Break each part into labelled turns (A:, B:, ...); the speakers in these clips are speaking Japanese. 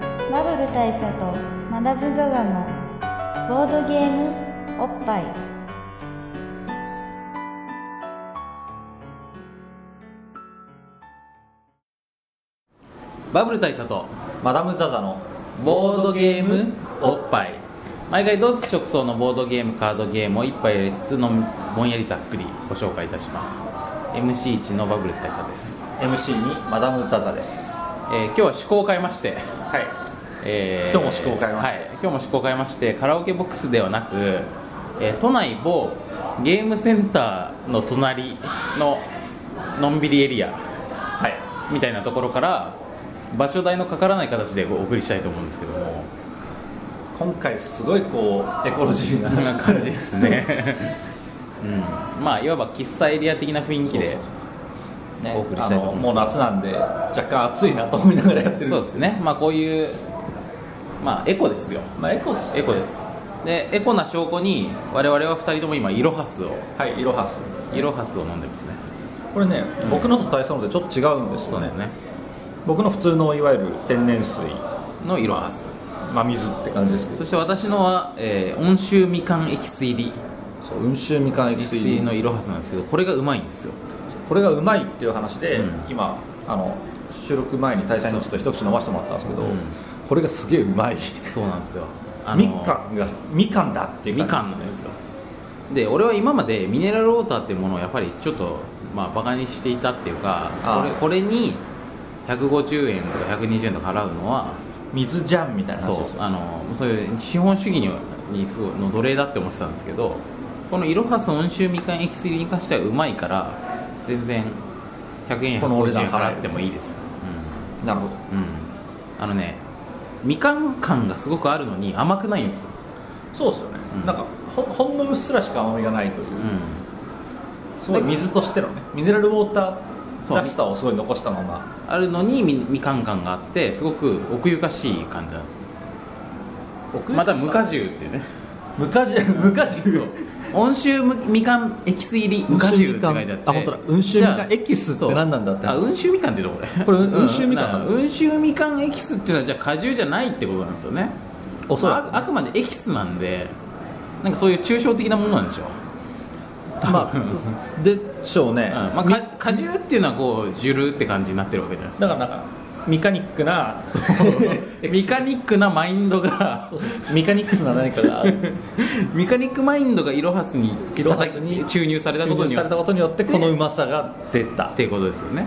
A: 部大佐とマダム・ザ・ザのボードゲームおっぱい
B: バブル大佐と
C: マダム・ザ・ザの
B: ボードゲームおっぱい毎回同色層のボードゲームカードゲームを一杯レッスンのぼんやりざっくりご紹介いたします MC1 のバブル大佐です、
C: MC にマダム・ザ・ザです
B: えー今日は趣向を変えまして、
C: はい
B: え
C: 今日も趣向を変えまして
B: はい、今日も趣向を変えましてカラオケボックスではなく、えー都内某ゲームセンターの隣ののんびりエリア
C: はい
B: みたいなところから場所代のかからない形でお送りしたいと思うんですけども
C: 今回すごいこうエコロジー
B: こん
C: な
B: な感じです ね、うん、まあいわば喫茶エリア的な雰囲気でお送りしたいと思います
C: もう夏なんで若干暑いなと思いながらやってる
B: そうですねまあこういうまあエコですよ
C: まあエコっす
B: エコですでエコな証拠に我々は2人とも今イロハスを
C: はいイロハス
B: イロハスを飲んでますね
C: これね、
B: うん
C: 僕のと大佐のでちょっと違うんです
B: そ
C: よ
B: うで
C: ね
B: すね
C: 僕の普通のいわゆる天然水
B: のイロハス
C: まあ水って感じですけ
B: そ
C: ど
B: して私のは、えー温州みかんエキス入り
C: そう温州みかんエ
B: エ
C: キ
B: キス入
C: ス入
B: り
C: り
B: のイロハスなんですけどこれがうまいんですよ
C: これがうまいっていう話で、
B: うん
C: 今あの収録前に大佐にちょっと一口飲ませてもらったんですけど、
B: うん
C: これがすげえうまい
B: そうなんですよあの
C: みかんがみかんだっていう
B: み
C: 感じ
B: かんなんですよで俺は今までミネラルウォーターっていうものをやっぱりちょっとまあバカにしていたっていうか
C: ああ
B: これこれに150円とか120円とか払うのは
C: 水じゃんみたいな話
B: そ
C: です
B: う
C: よ
B: あのそういう資本主義ににすごいの奴隷だって思ってたんですけどこのイロハス温州みかんエキス入りに関してはうまいから全然100円
C: このお値
B: 150
C: 段
B: 円
C: 払え
B: 払ってもいいです、
C: なるほど
B: うんうん、あのねみかん感がすごくあるのに甘くないんですよ
C: そうですよね、
B: うん
C: なんかほほんのうっすらしか甘みがないという、
B: う
C: すごい水としてのねミネラルウォータ
B: そ
C: ー
B: う
C: らしさをすごい残したまま
B: ん、あるのにみみかん感があってすごく奥ゆかしい感じなんですよ
C: 僕
B: また無果汁っていうね
C: 無果汁無果 汁
B: そう温州みかんエキス入り無果汁って書いてあって
C: あ本当だ温州みかん
B: じゃあ
C: エキスって何なんだって
B: そうあ温州みかんってどうこれ
C: これ温州みかんなんですよ
B: 温州みかんエキスっていうのはじゃあ果汁じゃないってことなんですよね
C: おそらく
B: まああくまでエキスなんでなんかそういう抽象的なものなんでしょう、
C: まあ でしょうね、
B: うんまあ、
C: み
B: 果果汁っていうのはこうジュルって感じになってるわけじゃない ですか
C: だからなんかミカニックなそう
B: ミカニックなマインドが
C: そうそうミカニックスな何かが
B: ミカニックマインドがイロハスに
C: イロハスに
B: 注 入されたこと
C: 注入
B: によ
C: さ
B: っ
C: れ
B: て
C: た
B: っ
C: ことによってこのうまさが出た
B: ていうことですよね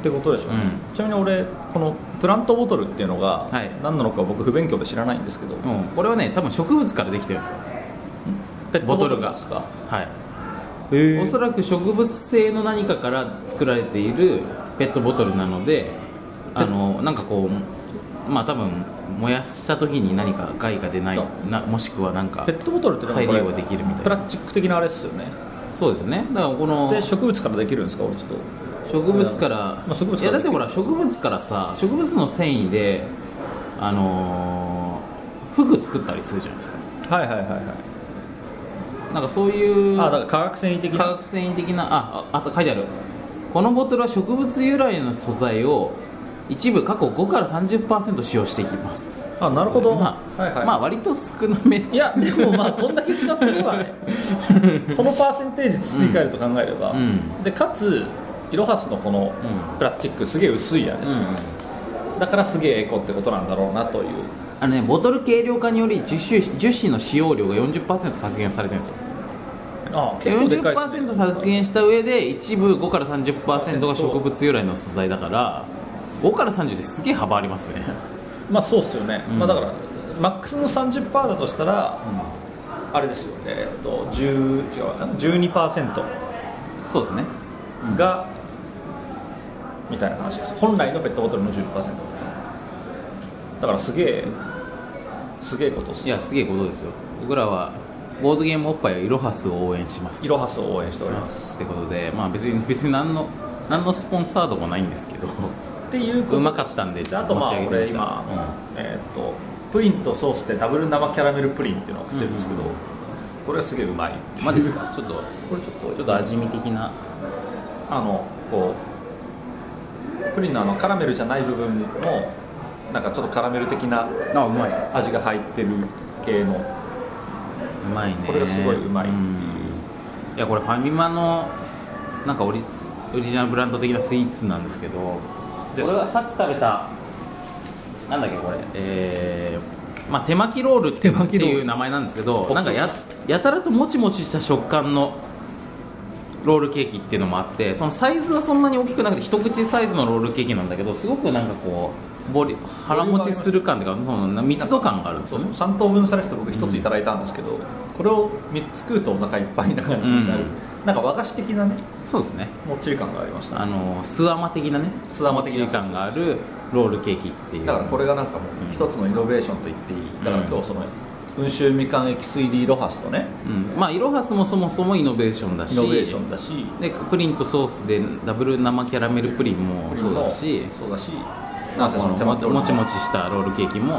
C: ってことでしょうね、ちなみに俺このプラントボトルっていうのが
B: はい
C: 何なのか僕不勉強で知らないんですけど、
B: うんこれはね多分植物からできてるんですよ
C: ペット
B: ボ
C: ボ
B: トル
C: トル
B: が
C: ですか
B: はい
C: へ
B: おそらく植物性の何かから作られているペットボトルなのであのなんかこうまあ多分燃やした時に何か害が出ないなもしくはなんか
C: ペットボトルって
B: 再利用できるみ
C: プ
B: たい
C: ラ
B: な
C: スチック的なあれですよね
B: そうですよねだからこの
C: で植物からできるんですか俺ちょっと
B: 植物から、
C: まあ植物から
B: いやだってほら植物からさ植物の繊維であのー服作ったりするじゃないですか
C: はいはいはいはい
B: なんかそういう
C: あだから化学繊維的
B: 化
C: な
B: 学繊維的なあああと書いてあるこのボトルは植物由来の素材を一部過去5から30%使用していきます
C: あなるほど、
B: まあ、
C: はいはい、
B: まあ割と少なめ
C: いやでもまあこんだけ使ってればね そのパーセンテージ追加えると考えれば、
B: うん
C: でかつイロハスのこの
B: うん
C: プラスチックすげえ薄いじゃないですか、だからすげえエコってことなんだろうなという
B: あのねボトル軽量化により樹脂樹脂の使用量が40%削減されてるんですよ
C: あ
B: 40%削減した上で一部5から30%が植物由来の素材だから5から30ってすげえ幅ありますね
C: まあそうっすよね、
B: うん
C: まあだからマックスの30%だとしたら、あれですよね、えっと、10違うな12%
B: そうですね
C: が、みたいな話です本来のペットボトルの10%だからすげえすげえことっす
B: いやすげえことですよ僕らはボードゲームおっぱいはイロハスを応援します
C: イロハスを応援しております
B: ってことでまあ別に別に何の何のスポンサードもないんですけど
C: っていうこと
B: うまかったんで
C: であとま
B: 持
C: あ
B: ち上げて
C: 俺
B: みました
C: 今、えっとプリンとソースでダブル生キャラメルプリンっていうのを食ってるんですけど、
B: うんうん
C: これがすげえうまい
B: まあですかちょっと
C: これちょっと
B: ちょっと味見的な
C: あのこうプリンのあのカラメルじゃない部分のなんかちょっとカラメル的な
B: あうまいう
C: 味が入ってる系の
B: まいね
C: これがすごいうまいっていうん
B: いやこれファミマのなんかオリオリジナルブランド的なスイーツなんですけどこ
C: で
B: れはさっき食べたなんだっけこれえーまあ、手巻きロールって
C: 手巻きロール
B: いう名前なんですけど
C: ち
B: なんかややたらともちもちした食感のロールケーキっていうのもあってそのサイズはそんなに大きくなくて一口サイズのロールケーキなんだけどすごくなんかこうボリ腹持ちする感っていうかその密度感があるんです
C: そう
B: よ
C: そう
B: ね
C: 3等分されてて僕1ついただいたんですけど、これを3つ食うとお腹いっぱいな感じになる、
B: うん
C: なんか和菓子的なね
B: そうですね
C: もっちり感がありました
B: あのスアマ的なね
C: スアマ的な
B: もっちり感があるロールケーキっていう
C: だからこれがなんかもう一つのイノベーションと言っていい、だから今日その温州みかんエキス入りロハスとね
B: うん、まあイロハスもそもそもイノベーションだし
C: イノベーションだし
B: でプリンとソースでダブル生キャラメルプリンもそうだし
C: そうだし
B: ま
C: な
B: あ
C: んせ
B: こ
C: そ
B: の
C: の手
B: も
C: 間
B: もちもちしたロールケーキも、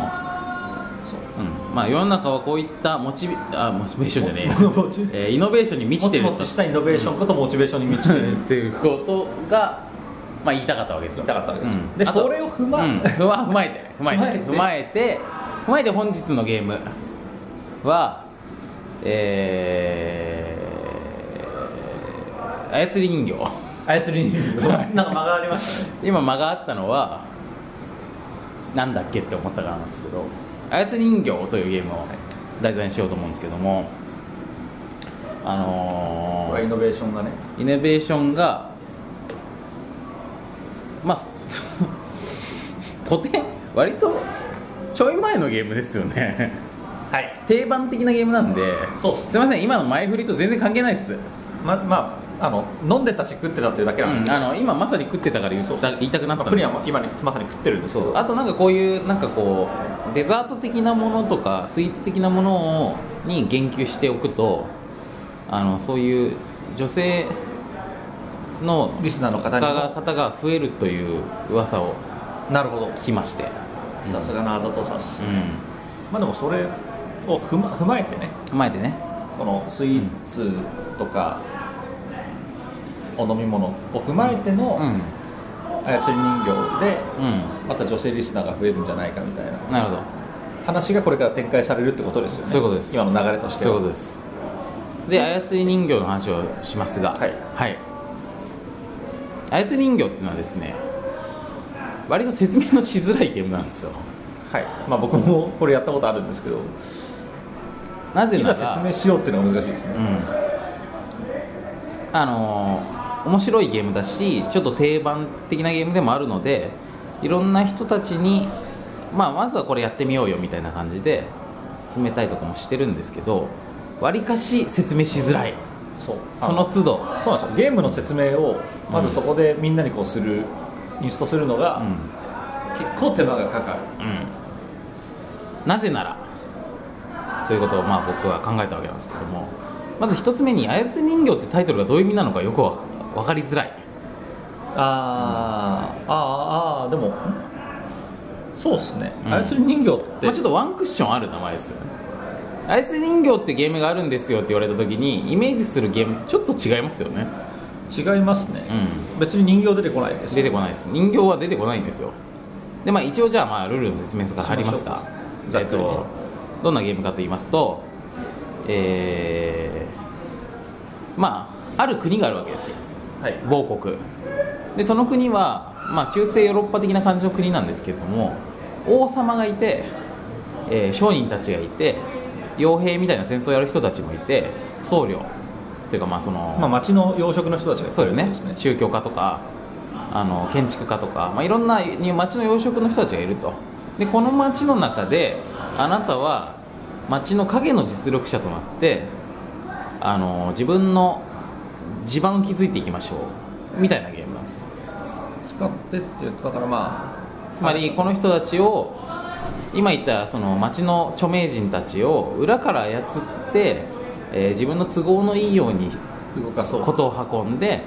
C: そう
B: うんまあ、世の中はこういったモチベあモチベーションじゃ ね
C: ももち
B: ええーイノベーションに満
C: も
B: ちて
C: ち
B: る
C: も
B: と
C: ちしたイノベーションことモチベーションに満ちて る
B: っていうことが、まあ、言いたかったわけですよ
C: 言いたかったわけですよ
B: うん
C: で
B: あと
C: それを踏ま
B: うん踏 ま踏まえて踏まえて踏
C: 踏
B: ま
C: ま
B: えて踏まえて本日のゲームはえー、操り人形
C: 操り人形なんか間がありま したね
B: 今間があったのはなんだっけって思ったからなんですけど操り人形というゲームを題材にしようと思うんですけどもあの
C: こ
B: ー
C: れイノベーションがね
B: イノベーションがまあそ 古典割とちょい前のゲームですよね
C: はい
B: 定番的なゲームなんで
C: そうっす
B: すいません今の前振りと全然関係ないっす、
C: ままああの飲んでたし食ってたっていうだけなんです
B: うん
C: けど、
B: あの今まさに食ってたから言った
C: そうそうそう
B: 言いたくなった
C: まあ
B: ん
C: プ
B: で
C: リン
B: す
C: は今ねまさに食ってるんですけ
B: そう
C: ど
B: あとなんかこういうなんかこうデザート的なものとかスイーツ的なものをに言及しておくとあのそういう女性の
C: リスナーの方に
B: 方
C: も
B: 々が増えるという噂を
C: なるほど
B: 聞きまして、
C: さすがのあざとさっす
B: うん、
C: まあでもそれを踏ま踏まえてね
B: 踏まえてね
C: このスイーツとかお飲み物を踏まえて
B: う
C: の
B: ん
C: 操り人形で
B: うん
C: また女性リスナーが増えるんじゃないかみたいな
B: なるほど
C: 話がこれから展開されるってことですよね
B: そういうことです
C: 今の流れとして
B: そう
C: は
B: いうことですで操り人形の話をしますが
C: はい、
B: はい、操り人形っていうのはですね割と説明のしづらいゲームなんですよ
C: はいまあ、僕もこれやったことあるんですけど
B: なぜ
C: い
B: な
C: ざ
B: ら
C: 説明しようっていうのが難しいです
B: う
C: ね、
B: んあのー面白いゲームだしちょっと定番的なゲームでもあるのでいろんな人たちに、まあ、まずはこれやってみようよみたいな感じで進めたいとかもしてるんですけどわりかし説明しづらい
C: そう
B: その
C: あ
B: 都度、
C: そうなんですよゲームの説明をまずそこでみんなにこうする、インストするのが、
B: うん
C: 結構手間がかかる
B: うん、なぜならということをまあ僕は考えたわけなんですけどもまず一つ目に「操り人形」ってタイトルがどういう意味なのかよくわ分かりづらい
C: あー、あーあーでもそうっすね、
B: うん
C: 操り人形って、
B: まあ、ちょっとワンクッションある名前ですよね操り人形ってゲームがあるんですよって言われた時にイメージするゲームとちょっと違いますよね
C: 違いますね、
B: う
C: 別に人形出てこないです
B: 出てこないです人形は出てこないんですよでまあ一応じゃあまあルールの説明が入りますか
C: しましょう
B: えっと
C: ざっく
B: どんなゲームかと言いますとえーまあある国があるわけです
C: はい
B: 某国でその国は、まあ、中世ヨーロッパ的な感じの国なんですけれども王様がいて、えー商人たちがいて傭兵みたいな戦争をやる人たちもいて僧侶というかまあその、
C: まあ、町の養殖の人たちがいる
B: そうですね
C: ってこと
B: 宗教家とかあの建築家とか、まあ、いろんなに町の養殖の人たちがいるとでこの町の中であなたは町の影の実力者となってあの自分の地盤を築いていきましょうみたいなゲームなんですよ
C: 使ってって言うとだからま
B: つまりこの人たちを今言ったその町の著名人たちを裏から操って、えー自分の都合のいいように
C: あ動かそう
B: ことを運んで、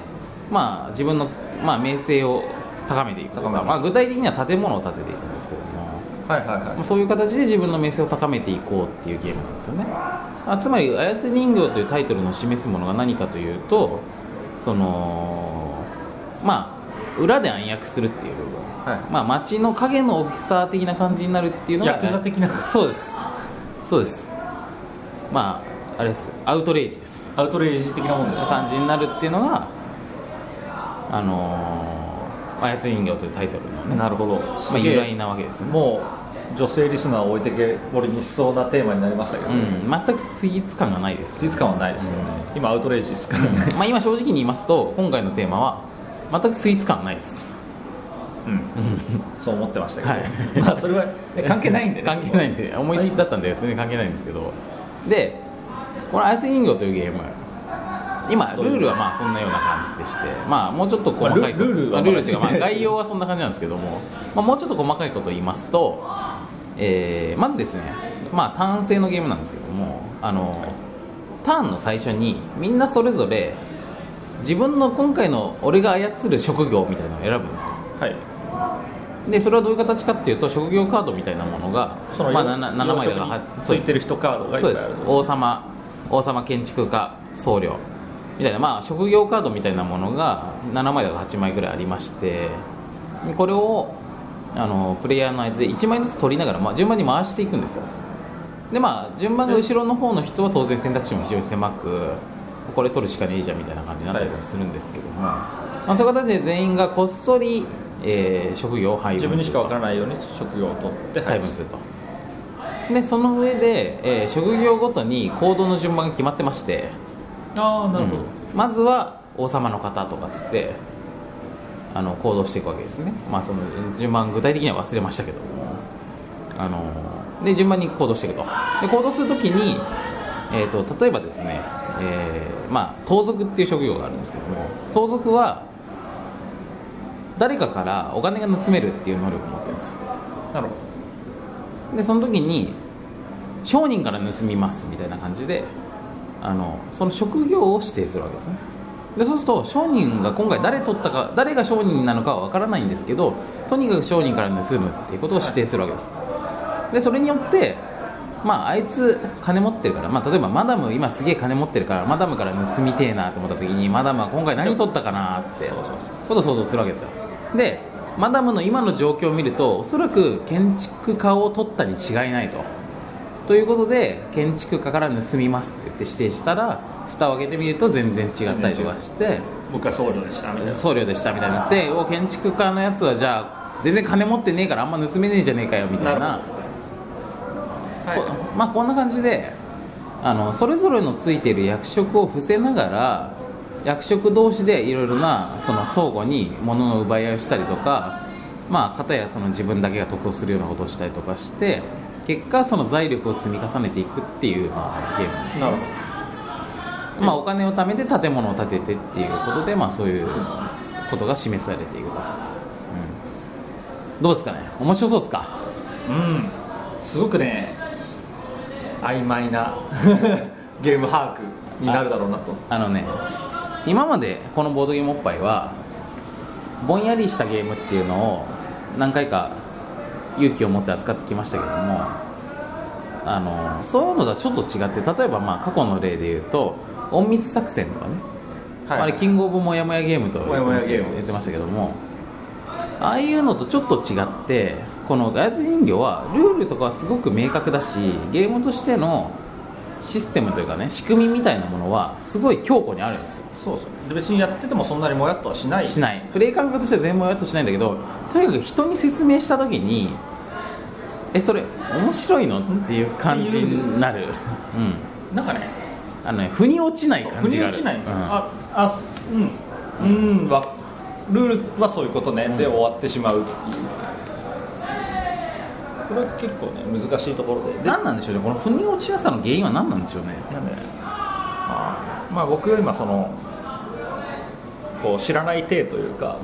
B: まあ、自分の、まあ、名声を高めていくとか、
C: 高める
B: まあ、具体的には建物を建てていくんですけども、
C: はいはいは
B: まあそういう形で自分の名声を高めていこうっていうゲームなんですよねあつまり「操り人形」というタイトルの示すものが何かというとそのまあ裏で暗躍するっていう部分
C: は
B: まあ、町の影のオフィサー的な感じになるっていうのが
C: ヤクザ的な
B: そうですそうですまああれですアウトレイジです
C: アウトレイジ的なもんですよ
B: 感じになるっていうのがあのー操り人形というタイトルのね、
C: なるほど、
B: まあ、由来なわけですよね
C: もう女性リスナーを置いてけぼりにしそうなテーマになりましたけど、
B: うん、全くスイーツ感がないですけ
C: スイーツ感はないですよね、今アウトレイジですから
B: ど、
C: ね、
B: まあ、今正直に言いますと今回のテーマは全くスイーツ感ないです
C: うんそう思ってましたけど、
B: はい
C: まあそれはね関係ないんで ね
B: 関係ないんで思いつきだったんで全然関係ないんですけどでこの「アイス人形」というゲーム今ルールはまあそんなような感じでして、まあ、もうちょっと細かいこと
C: まあルルールは
B: まあルールというか、ま
C: ま
B: あ、
C: だ
B: 概要はそんな感じなんですけども、まあ、もうちょっと細かいことを言いますと、えーまずですね、まあ、単性のゲームなんですけどもあの、ターンの最初にみんなそれぞれ自分の今回の俺が操る職業みたいなのを選ぶんですよ
C: はい
B: でそれはどういう形かっていうと職業カードみたいなものが
C: その
B: まあ、
C: よ
B: 7, 枚だから
C: 洋食
B: は
C: につ
B: そう
C: い
B: です
C: てる人カードがいっ
B: そ
C: ぱ
B: う
C: い
B: で
C: あ
B: す
C: る
B: 王様王様建築家僧侶みたいなまあ職業カードみたいなものが7枚だから8枚ぐらいありましてこれをあのプレイヤーの間で1枚ずつ取りながら、まあ、順番に回していくんですよでまあ順番が後ろの方の人は当然選択肢も非常に狭くこれ取るしかねえじゃんみたいな感じになったりとかするんですけども、まあ、そういう形で全員がこっそり、えー職業を配分す
C: 自
B: る
C: 分にしか分からないように職業を取って
B: 配分するとでその上で、えー職業ごとに行動の順番が決まってまして
C: ああなるほど、
B: うんまずは王様の方とかっつってあの行動していくわけですねまあその順番具体的には忘れましたけどあので順番に行動していくとで行動するときに、えー、と例えばですね、えーまあ、盗賊っていう職業があるんですけども盗賊は誰かからお金が盗めるっていう能力を持ってるんですよ
C: なるほ
B: でその時に商人から盗みますみたいな感じであのその職業を指定するわけですねでそうすると商人が今回誰取ったか誰が商人なのかは分からないんですけどとにかく商人から盗むっていうことを指定するわけですでそれによってまああいつ金持ってるから、まあ、例えばマダム今すげえ金持ってるからマダムから盗みてえなと思った時にマダムは今回何取ったかなってことを想像するわけですよでマダムの今の状況を見るとおそらく建築家を取ったに違いないとということで建築家から盗みますって言って指定したら蓋を開けてみると全然違ったりとかして
C: ど僕は僧侶でしたみたいな
B: 僧侶でしたみたいになってお建築家のやつはじゃあ全然金持ってねえからあんま盗めねえじゃねえかよみたいな
C: なるはい
B: こまあ、こんな感じであのそれぞれのついている役職を伏せながら役職同士でいろいろなその相互に物の奪い合いをしたりとか、まあ、片やその自分だけが得をするようなことをしたりとかして結果その財力を積み重ねていくっていう、まあ、ゲームなんですね
C: なるほ
B: まあ、お金を貯めて建物を建ててっていうことで、まあ、そういうことが示されていくと、うん、どうですかね面白そうですか
C: どうんすごくね曖昧な ゲーム把握になるだろうなと
B: あのね今までこのボードゲームおっぱいはぼんやりしたゲームっていうのを何回か勇気を持って扱ってきましたけどもあのそういうのとはちょっと違って例えばまあ過去の例で言うと隠密作戦とかね、あれキングオブモヤモヤゲームと
C: モヤモヤゲーム
B: 言ってましたけどもああいうのとちょっと違ってこのガヤツ人形はルールとかはすごく明確だしゲームとしてのシステムというかね仕組みみたいなものはすごい強固にあるんですよ
C: そうそうで別にやっててもそんなにもやっとはしない
B: しないプレイ感覚としては全部やっとしないんだけどとにかく人に説明した時にえそれ面白いのっていう感じになる、うん、
C: なんかね
B: あのね腑に落ちない
C: 腑
B: 感じ
C: に
B: があ
C: 落
B: る
C: ちないんですよ、
B: うん
C: ああすうんうんわルールはそういうことね、で終わってしまうっていうこれは結構ね難しいところでで
B: 何なんでしょうねこの腑に落ちなさの原因は何なんでしょうね
C: なんでまあ、まあ、僕は今そのこう知らない体というか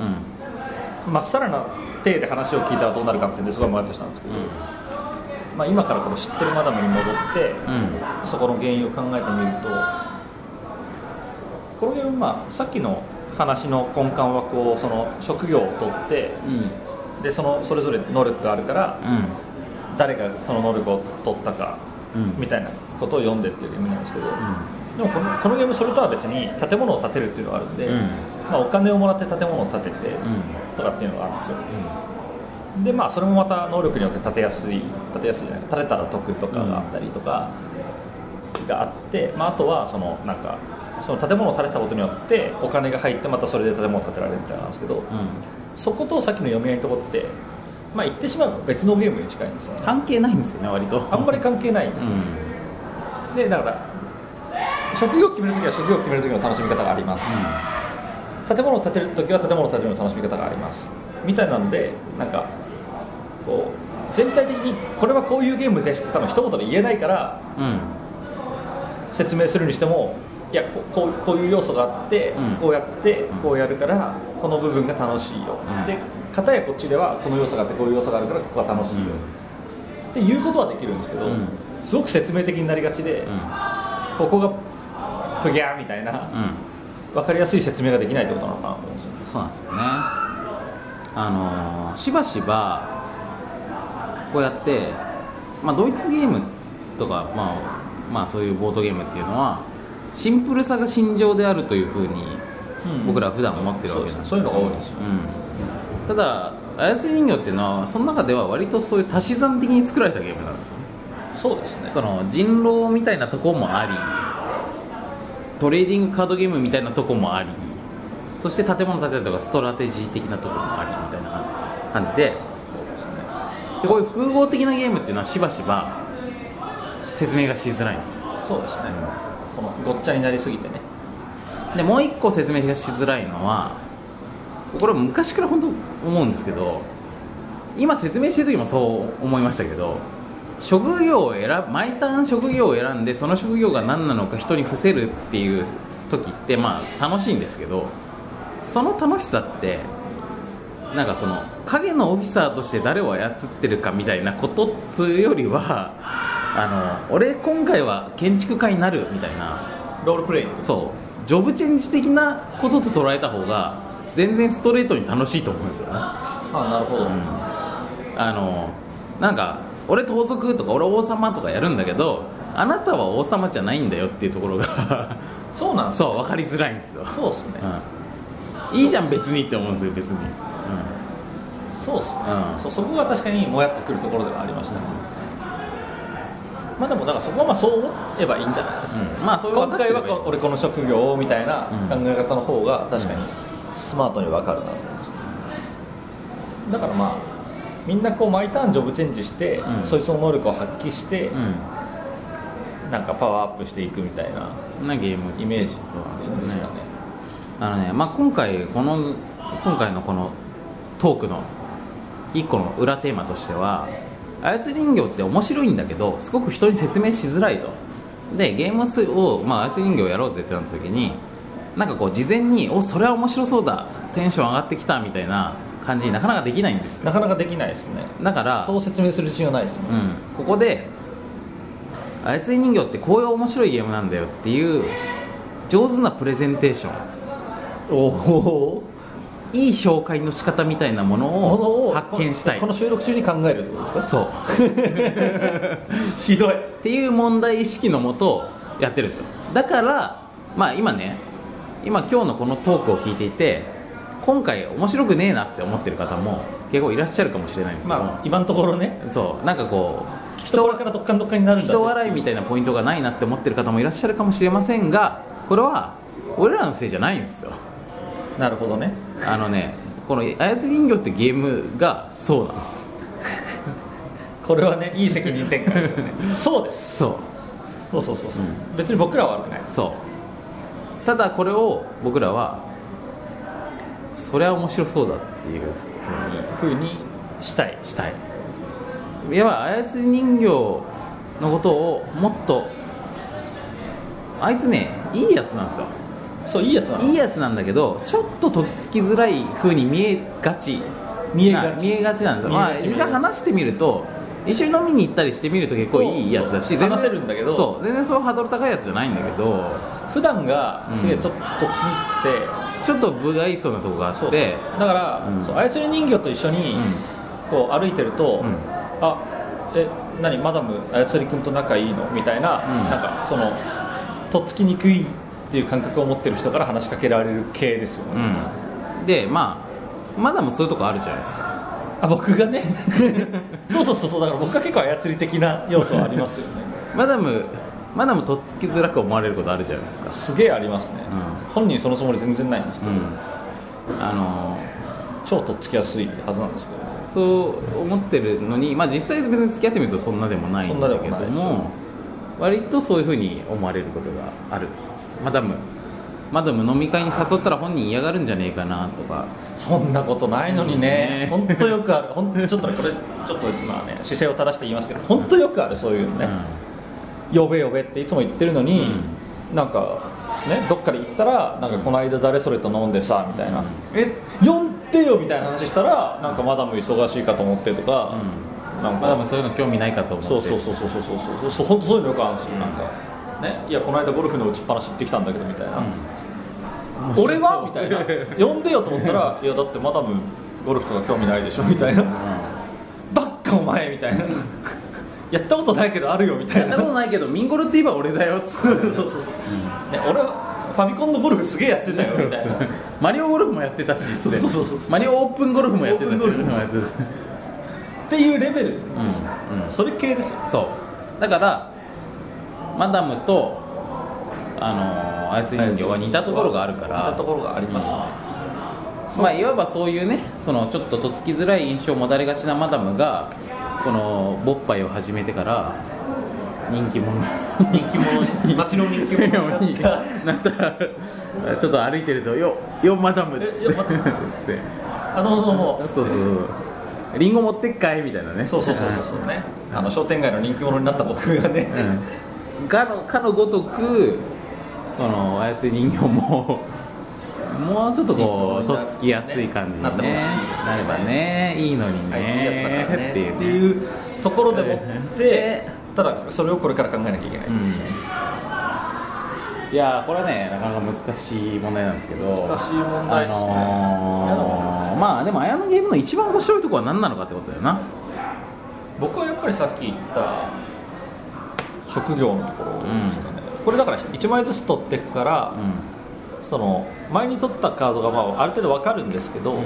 B: うん
C: まっさらな体で話を聞いたらどうなるかっていうんですごいもやっとしたんですけど、まあ、今からこの知ってるマダムに戻って、
B: うん
C: そこの原因を考えてみるとこの辺まあさっきの話の根幹はこうその職業を取って
B: うん
C: でそのそれぞれ能力があるから誰がその能力を取ったか
B: うん
C: みたいなことを読んでっていうゲームなんですけど、
B: う
C: でもこのこのゲームそれとは別に建物を建てるっていうのがあるんで、
B: うん
C: まあ、お金をもらって建物を建てて
B: んうん
C: とかっていうのがあるんですよでまあそれもまた能力によって立てやすい立てやすいじゃない立てたら得とかがあったりとかがあって、まあ、あとはそのなんかその建物を建てたことによってお金が入ってまたそれで建物を建てられるみたいなんですけど、そことさっきの読み合いのとこってまあ言ってしまえば別のゲームに近いんですよね
B: 関係ないんですよね割と
C: あんまり関係ないんですよ、でだから職業を決めるときは職業を決めるときの楽しみ方があります、建物を建てるときは建物を建てるの楽しみ方がありますみたいなのでなんかこう全体的にこれはこういうゲームですって多分一言で言えないから
B: うん、うん
C: 説明するにしてもいやここうこういう要素があって、
B: うん
C: こうやって
B: ん
C: こうやるからこの部分が楽しいよ、
B: うん
C: で片やこっちではこの要素があってこういう要素があるからここが楽しいよ、っていうことはできるんですけど、
B: うん
C: すごく説明的になりがちで、
B: うん
C: ここがプギャーみたいな、
B: うん
C: 分かりやすい説明ができないってことなのかなと思うんですよね
B: そうなんですよねあのーしばしばこうやって、まあ、ドイツゲームとか、まあ、まあそういうボードゲームっていうのはシンプルさが心情であるというふうに
C: うん
B: 僕らは普段思ってるわけなんです
C: そうですそういうのが多いですよ
B: うんただ操り人形っていうのはその中では割とそういう足し算的に作られたゲームなんですよね
C: そうですね
B: その人狼みたいなとこもありトレーディングカードゲームみたいなとこもありそして建物建てるとかストラテジー的なとこもありみたいな感感じででこういう複合的なゲームっていうのはしばしば説明がしづらいんですよ
C: そうですね、このごっちゃになりすぎてね
B: でもう一個説明がしづらいのはこれは昔から本当思うんですけど今説明してる時もそう思いましたけど職業を選ぶ毎ターン職業を選んでその職業が何なのか人に伏せるっていう時ってまあ楽しいんですけどその楽しさってなんかその影のオフィサーとして誰を操ってるかみたいなことっつうよりはあの俺今回は建築家になるみたいな
C: ロールプレイング
B: そうジョブチェンジ的なことと捉えた方が全然ストレートに楽しいと思うんですよね、
C: あなるほど、
B: うんあのなんか俺盗賊とか俺王様とかやるんだけどあなたは王様じゃないんだよっていうところが
C: そうなんですよ
B: そう分かりづらいんですよ、
C: そうですね、
B: うん、いいじゃん別にって思うんですよ別に、う
C: そうっすね、
B: うん
C: そうそこが確かにもやっとくるところではありましたね、まあでもだからそこはまあそう思えばいいんじゃないですか、
B: うんまあそういう
C: 今
B: 分かって
C: 回は
B: ればいい
C: こ俺この職業をみたいな考え方の方が確かに
B: うん
C: スマートに分かるなと思いましただからまあみんなこう毎ターンジョブチェンジして、
B: うん
C: そいつの能力を発揮して、
B: ん
C: なんかパワーアップしていくみたいな
B: うんなゲーム
C: イメージ
B: そう
C: ですかね
B: あのね、まあ、今回この今回のこのトークの一個の裏テーマとしては操り人形って面白いんだけどすごく人に説明しづらいとでゲームを、まあ、操り人形をやろうぜってなった時になんかこう事前に「おそれは面白そうだテンション上がってきた」みたいな感じになかなかできないんですよ
C: なかなかできないですね
B: だから
C: そう説明する自信はないですね、
B: うん、ここで操り人形ってこういう面白いゲームなんだよっていう上手なプレゼンテーション
C: おお
B: いい紹介の仕方みたいなも
C: もの
B: のを
C: を
B: 発見したい
C: このこの収録中に考えるってことですか
B: そう
C: ひどい
B: っていう問題意識のもとやってるんですよだからまあ今ね今今日のこのトークを聞いていて今回面白くねえなって思ってる方も結構いらっしゃるかもしれないんですけど、
C: まあ今のところ ね
B: そうなんかこう
C: きっとこれからどっかんどっかになるんだ
B: 人笑いみたいなポイントがないなって思ってる方もいらっしゃるかもしれませんがこれは俺らのせいじゃないんですよ
C: なるほどね
B: あのねこの「操り人形」ってゲームがそうなんです
C: これはねいい責任転換ですよねそうです
B: そ
C: そうそうそうそう、
B: うん
C: 別に僕らは悪くないう
B: そうただこれを僕らはそれは面白そうだっていうふうに
C: ふうにしたい
B: したいいわば操り人形のことをもっとあいつねいいやつなんですよ
C: そういいやつなんです
B: いいやつなんだけどちょっととっつきづらい風に見えがち
C: 見えがち
B: な見えがちなんですよ、まあ、
C: 見えがち
B: 実際話してみると一緒に飲みに行ったりしてみると結構いいやつだし
C: そ
B: 全
C: う
B: 然
C: 話せるんだけど
B: そう全然そうハードル高いやつじゃないんだけど
C: 普段がすげえちょっととっつきにくくて、
B: ちょっと部愛想なとこがあ
C: そうそ
B: っ
C: うそう
B: て
C: だから、
B: うん
C: そう操り人形と一緒に、
B: うん
C: こう歩いてる
B: う
C: と、
B: ん
C: あえ何マダム操り君と仲いいのみたいな、
B: うん
C: なんかそのとっつきにくいっていう感覚を持ってる人から話しかけられる系ですよ
B: う
C: ね、
B: んでまあまだもそういうとこあるじゃないですか
C: あ僕がね そうそうそうそうだから僕は結構操り的な要素はありますよね
B: マダムマダムとっつきづらく思われることあるじゃないですか
C: すげえありますね、
B: う
C: 本人そのつもり全然ないんですけ
B: う
C: ど、
B: んあの
C: 超とっつきやすいはずなんですけど
B: そう思ってるのにまあ実際別に付き合ってみるとそんなでもないんだけど
C: そんなでもないでし
B: も割とそういうふうに思われることがあるマダムマダム飲み会に誘ったら本人嫌がるんじゃねえかなとか
C: そんなことないのに
B: ね
C: ね本当よくあるほんちょっとねこれちょっとまあね姿勢を正して言いますけど本当よくあるそういうのね、呼べ呼べっていつも言ってるのに、なんかねどっかで行ったらなんかこの間誰それと飲んでさみたいな、
B: うん
C: え呼んでよみたいな話したらなんかマダム忙しいかと思ってとか、なん
B: うん、
C: か
B: マダムそういうの興味ないかと思って
C: そうそうそうそうそうそうそうそう本当そういうのよくあるんですよなんかねいやこの間ゴルフの打ちっぱなし行ってきたんだけどみたいな、
B: うん
C: 俺はみ たいな 呼んでよと思ったらいやだってマダムゴルフとか興味ないでしょみたいなばっかお前みたいなやったことないけどあるよみた
B: や
C: い
B: っ
C: な
B: たことないけどミンゴロって言えば俺 だよっつって
C: そうそうそう、ね、俺はファミコンのゴルフすげえやってたよみたいな
B: マリオゴルフもやってたしっつって
C: そうそうそうそう
B: マリオオープンゴルフもやってたし
C: オープンゴルフ
B: やってたし
C: っていうレベルです、
B: うんうん
C: それ系ですよ
B: そうだからマダムとあのー、操り人形は似たところがあるから
C: 似たところがありますね
B: まあ、いわばそういうねそのちょっととつきづらい印象を持たれがちなマダムがこのボッパイを始めてから人気者人
C: 人気者に街の人気者になって
B: に なったらちょっと歩いてると「よよマダム」っつって
C: えよマダム
B: つって
C: あのもう
B: そうそうそうリンゴ持ってっかいみたいなね
C: そうそうそうそうそうねあの商店街の人気者になった僕がね、
B: うんがのかのごとくこの操り人形も もうちょっとこうとっつきやすい感じに、
C: なってほしい
B: ね
C: ですね、
B: なればねいいのに
C: あいついいやつだ
B: ね
C: からね
B: っていう
C: っ
B: ね
C: ていうところでもって、
B: で
C: ただそれをこれから考えなきゃいけない、
B: うんいやーこれはねなかなか難しい問題なんですけど
C: 難しい問題っすね
B: あのーまあでも綾野ゲームの一番面白いところは何なのかってことだよな
C: 僕はやっぱりさっき言った職業のところですかね、これだから1枚ずつ取っていくから、
B: う
C: その前に取ったカードがまあある程度わかるんですけど、
B: ん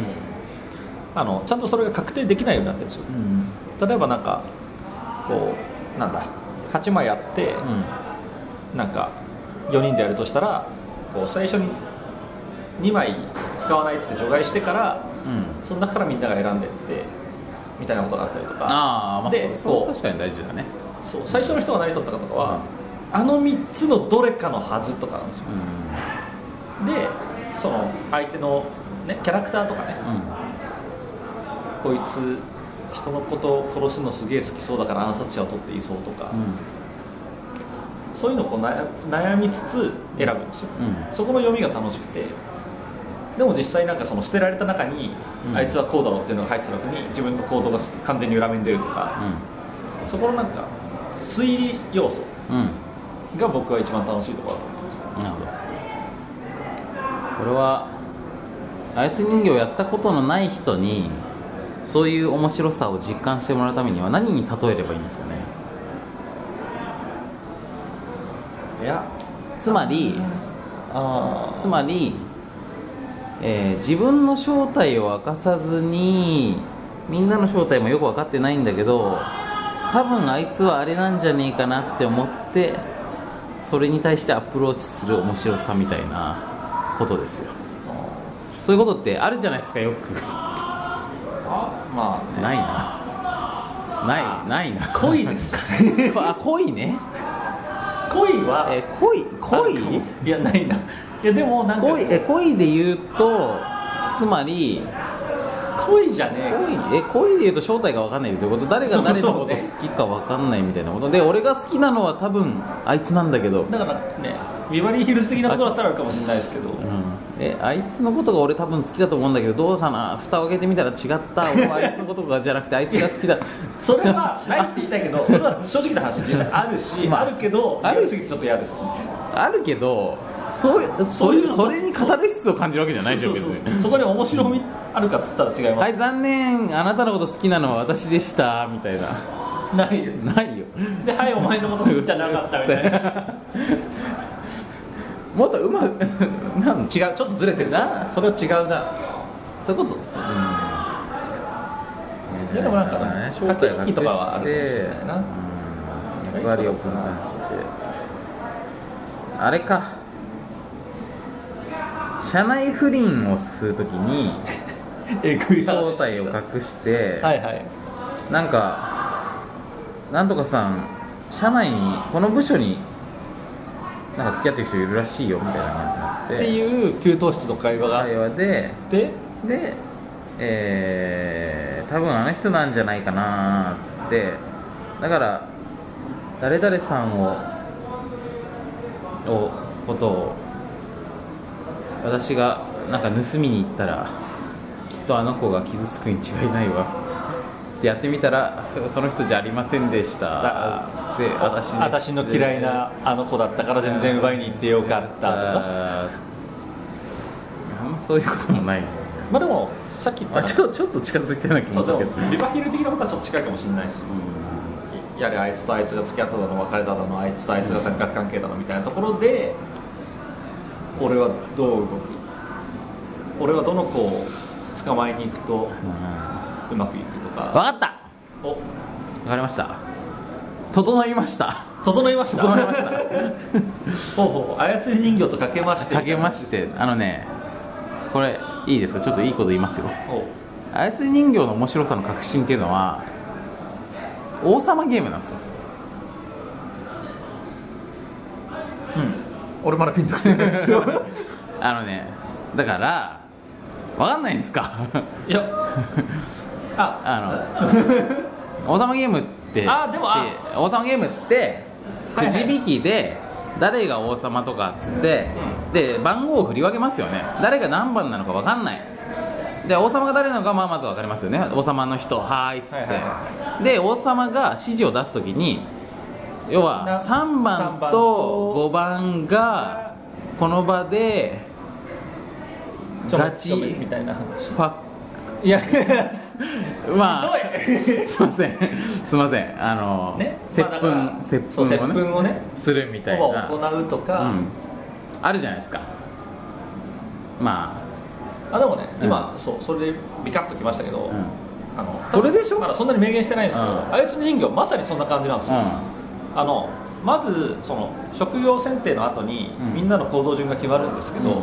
C: あのちゃんとそれが確定できないようになってるんですよ
B: うん
C: 例えばなんかこうなんだ8枚あって、
B: うん
C: なんか4人でやるとしたらこう最初に2枚使わないっつって除外してから
B: うん
C: その中からみんなが選んでってみたいなことがあったりとか
B: ああまあ
C: で
B: そうそれは
C: こ
B: 確かに大事だね
C: うそう最初の人が何取ったかとかは、あの3つのどれかのはずとかなんですよ
B: うん
C: でその相手の、ね、キャラクターとかねこいつ人のことを殺すのすげえ好きそうだから暗殺者を取っていそうとか、そういうのをこう悩悩みつつ選ぶんですよ、
B: う
C: そこの読みが楽しくてでも実際なんかその捨てられた中に、
B: うん
C: あいつはこうだろうっていうのが入ってた時に自分の行動が完全に裏目に出るとか、そこのなんか推理要素
B: うんうんうん
C: が僕は一番楽しいところだと思ってます
B: なるほどこれはアイス人形をやったことのない人にそういう面白さを実感してもらうためには何に例えればいいんですかね
C: いや
B: つまり
C: あ
B: つまり、えー自分の正体を明かさずにみんなの正体もよく分かってないんだけど多分あいつはあれなんじゃねえかなって思ってそれに対してアプローチする面白さみたいなことですよそういうことってあるじゃないですかよく
C: あまあ
B: ないなないないな
C: 恋ですか
B: あ恋ね
C: 恋は
B: え恋恋
C: あるかもいやないないやでもなんか
B: 恋え恋で言うとつまり
C: 恋じゃねえか
B: 恋え恋で言うと正体が分かんないってこと誰が誰の
C: そ
B: こ
C: う
B: と
C: そう
B: 好
C: ね
B: きか分かんないみたいなことで俺が好きなのは多分あいつなんだけど、
C: だからねビバリーヒルズ的なことだったらあるかもしれないですけど、
B: うん、えあいつのことが俺多分好きだと思うんだけどどうかな蓋を開けてみたら違った俺はあいつのことがじゃなくてあいつが好きだ
C: それはないって言いたいけどそれは正直な話実際あるし、
B: まあ
C: あ、るけど
B: ある
C: ありすぎてちょっと嫌ですね
B: あるけどそういう
C: そ
B: そうう
C: いう
B: い
C: の
B: うそれにカタルシスを感じるわけじゃないでしょ別
C: そうそう
B: に
C: そうそこに面白みあるかっつったら違いま
B: はい残念あなたのこと好きなのは私でしたみたいな
C: す、ないです
B: ないよ
C: ではいお前のこと好きじゃなかったみたいな
B: もっとうまく なん
C: 違うちょっとずれてる
B: な
C: それは違うな
B: そういうことですよ、
C: いやでもなんか
B: ね
C: 駆け引きとかはあるかもしれない
B: う
C: な
B: ん役割を分担してあれか社内不倫をするときに
C: えぐい話
B: 正体を隠 して、
C: はいはい
B: なんかなんとかさん社内にこの部署になんか付き合ってる人いるらしいよみたいな感じになって
C: って
B: う
C: いう給湯室の会話があっ
B: 会話で
C: て
B: で、えー、多分あの人なんじゃないかなーっつってだから誰々さんををことを私がなんか盗みに行ったらきっとあの子が傷つくに違いないわってやってみたらその人じゃありませんでしたっつって私です
C: 私の嫌いなあの子だったから全然奪いに行ってよかったと
B: あ
C: か
B: ーあんまそういうこともない
C: まあでもさっき言った
B: あちょっとちょっと近づいてない気
C: そ
B: も
C: う
B: する
C: で
B: けど
C: もリバヒル的なことはちょっと近いかもしれないですやれあいつとあいつが付き合っただの別れただのあいつとあいつが三角関係だのみたいなところで俺はどう動く俺はどの子を捕まえに行くと
B: わ
C: うまくいくとか
B: かった
C: お
B: わかりました整いました
C: 整いました
B: 整いました
C: ほうほうほう操り人形とかけまして
B: かけましてあのねこれいいですかちょっといいこと言いますよ
C: ほ
B: 操り人形の面白さの核心っていうのは王様ゲームなんですよ
C: ううん俺まだピンときて ないですよ
B: あのねだからわかんないんですか
C: い やあ
B: あの 王様ゲームって
C: あでもあ
B: って王様ゲームって
C: は
B: く
C: いはい
B: じ引きで誰が王様とかっつってで番号を振り分けますよね誰が何番なのか分かんないで王様が誰なのかまあまず分かりますよね王様の人はーいっつって、
C: はいはいは
B: で王様が指示を出す時に要は
C: な
B: 3番
C: 三
B: と
C: 番
B: 5
C: と
B: 番がこの場で
C: ちょ
B: ガチ
C: ちょ
B: フ
C: めみたいな話
B: ァ
C: い や
B: まあ
C: ひどい
B: すいませんすいませんあの、
C: ね
B: 接
C: まあだから
B: 吻接
C: そう接
B: 吻をね
C: 吻をね
B: するみたい
C: ほぼ
B: な
C: 行うとか、
B: うん、あるじゃないですかま
C: あでもね
B: うん
C: 今、そうそれでビカッときましたけど、
B: うん
C: あの
B: それでしょ
C: だからそんなに明言してないんですけど、
B: うん
C: あいつの人形まさにそんな感じなんですよ、
B: あ
C: あのまずその職業選定の後に、
B: うん
C: みんなの行動順が決まるんですけど、
B: うん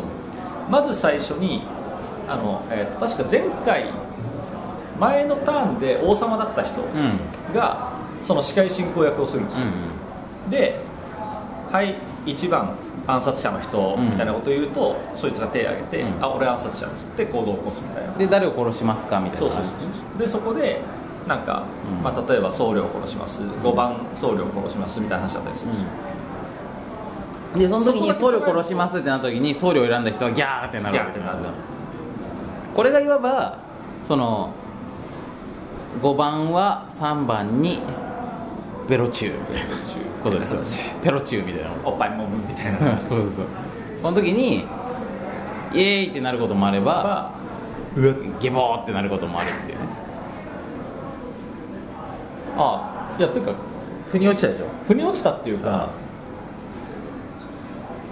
C: まず最初にあの、えーと確か前回前のターンで王様だった人
B: うんうん
C: が、その司会進行役をするんです
B: う
C: よ、
B: ん
C: ではい1番暗殺者の人
B: うん
C: みたいなことを言うと、そいつが手を挙げて、
B: うん
C: あ俺暗殺者っつって行動を起こすみたいな
B: で誰を殺しますかみたい
C: そう
B: な
C: そう
B: 感じ
C: そうでそこでなんか、
B: うん
C: まあ、例えば僧侶を殺します5番僧侶を殺しますみたいな話だったりするんですよ、
B: うんでその時に
C: そこ
B: 僧
C: が
B: 侶殺しますってなった時に僧侶を選んだ人はギャーってなるわけじゃないです
C: ギャー
B: か
C: って
B: これがいわばその5番は3番にベロチューみたいなことですよペロチューみたいな
C: おっぱいもむみたいな
B: もんそうそうこの時にイエーイってなることもあれば
C: まあうわ
B: ゲボーってなることもあるっていうねあ
C: いやというか
B: 腑に落ちたでしょ
C: 腑に落ちたっていうか、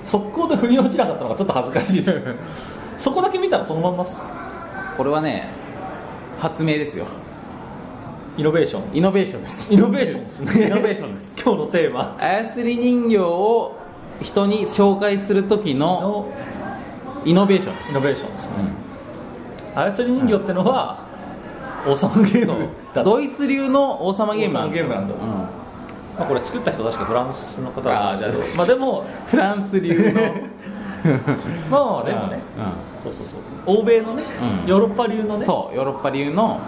C: 速攻で腑に落ちなかったのがちょっと恥ずかしいです そこだけ見たらそのまんまっす
B: これはね発明ですよ
C: イノベーション
B: イノベーションです
C: イノベーションですね
B: イノベーションです
C: 今日のテーマ
B: 操り人形を人に紹介する時の
C: の
B: イノベーションで
C: イ
B: す
C: ノベーションですね、操り人形ってのは、王様ゲームだと
B: ドイツ流の王様ゲームなんですよ
C: 王様ゲームなんだ
B: うん
C: まあ、これ作った人確かフランスの方だったんです
B: あーじゃ
C: けどまあでも
B: フランス流の
C: まあでもね、そうそうそう欧米のね、
B: うん
C: ヨーロッパ流の
B: うん
C: ね
B: そうヨーロッパ流の、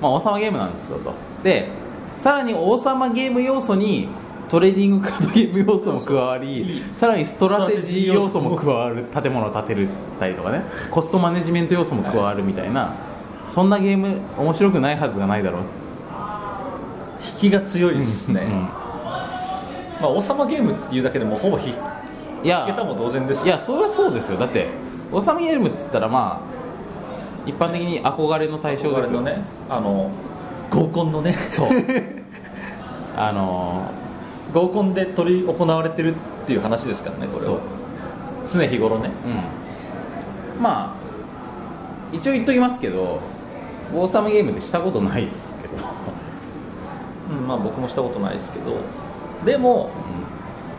B: まあ、王様ゲームなんですよとでさらに王様ゲーム要素にトレーディングカードゲーム要素も加わりさらにストラテジー要素も加わる建物を建てるたりとかねコストマネジメント要素も加わるみたいな、そんなゲーム面白くないはずがないだろう
C: 引きが強いですね、
B: うん
C: まあ、王様ゲームっていうだけでもうほぼ引
B: いや
C: けたも同然ですよ
B: いやそりゃそうですよだってオサムゲームっつったらまあ一般的に憧れの対象
C: 憧
B: で
C: れ
B: す
C: の
B: よ
C: ねあの合コンのね
B: そうあの
C: 合コンで取り行われてるっていう話ですからねこれ
B: そう
C: は常日頃ね
B: うんまあ一応言っときますけど「王様ゲーム」でしたことないっすけど
C: うんまあ、僕もしたことないですけどでも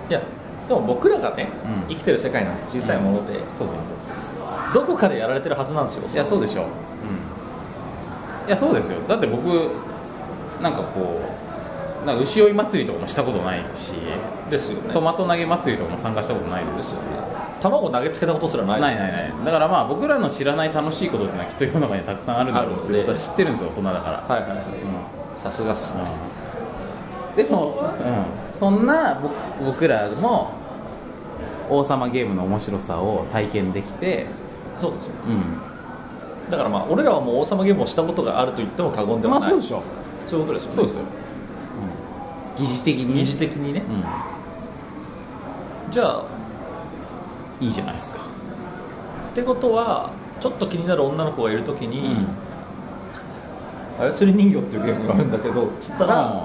C: いやでも僕らがね、
B: うん
C: 生きてる世界なんて小さいもの
B: そ
C: で、
B: うそうそうそう
C: どこかでやられてるはずなんですよ
B: いやそうでしょう、いやそうですよだって僕なんかこうなんか牛追い祭りとかもしたことないし
C: ですよね
B: トマト投げ祭りとかも参加したことないですし
C: 卵投げつけたことすらな
B: ないい
C: で
B: な
C: す
B: い
C: よ
B: ないだからまあ僕らの知らない楽しいことっていうのはきっと世の中にたくさんあるんだろうっていうことは知ってるんですよ大人だか
C: はいはいは
B: ら、
C: い
B: うん
C: さすがっすね
B: でも、うん、そんなぼ僕らも王様ゲームの面白さを体験できて、
C: そうですよ
B: うん、
C: だからまあ俺らはもう王様ゲームをしたことがあると言っても過言ではない、
B: しょ
C: そういうことですよね
B: そうですよ、うん、疑似的に
C: 疑似的にね、じゃあ
B: うん、いいじゃないですか、
C: ってことはちょっと気になる女の子がいるとき
B: う
C: に、操り人形っていうゲームがあるんだけどつったら、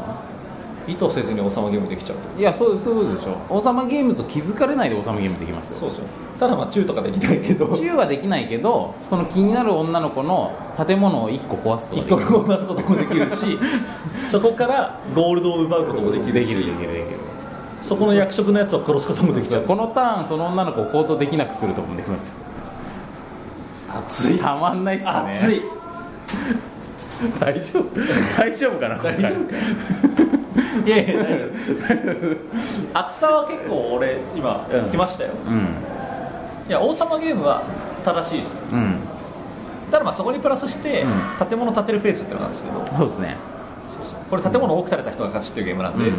C: 意図せずに王様ゲームできちゃうと
B: うんいやそうですそうでしょ王様ゲームズと気づかれないで王様ゲームできますよ
C: そうですよただまあチューとかできないけど
B: チューはできないけどその気になる女の子の建物を1個壊すとか
C: 一
B: でき
C: 個
B: る
C: 動かすこともできる しそこからゴールドを奪うこともできる
B: で
C: し
B: きるできるできる
C: そこの役職のやつを殺すこともできちゃう
B: このターンその女の子を行動できなくするとかもできますよ
C: 熱
B: たまんないっすね
C: 熱い
B: 大丈 夫大丈夫かな大丈夫か
C: いやいや大丈夫厚さは結構俺今
B: うん
C: 来ましたよ、
B: うん
C: いや王様ゲームは正しいです
B: うん
C: ただまあそこにプラスして、
B: う
C: 建物建てるフェーズってのがあるんですけど
B: そうですね
C: これ建物多く建てた人が勝ちっていうゲームなん
B: うん
C: で、
B: うん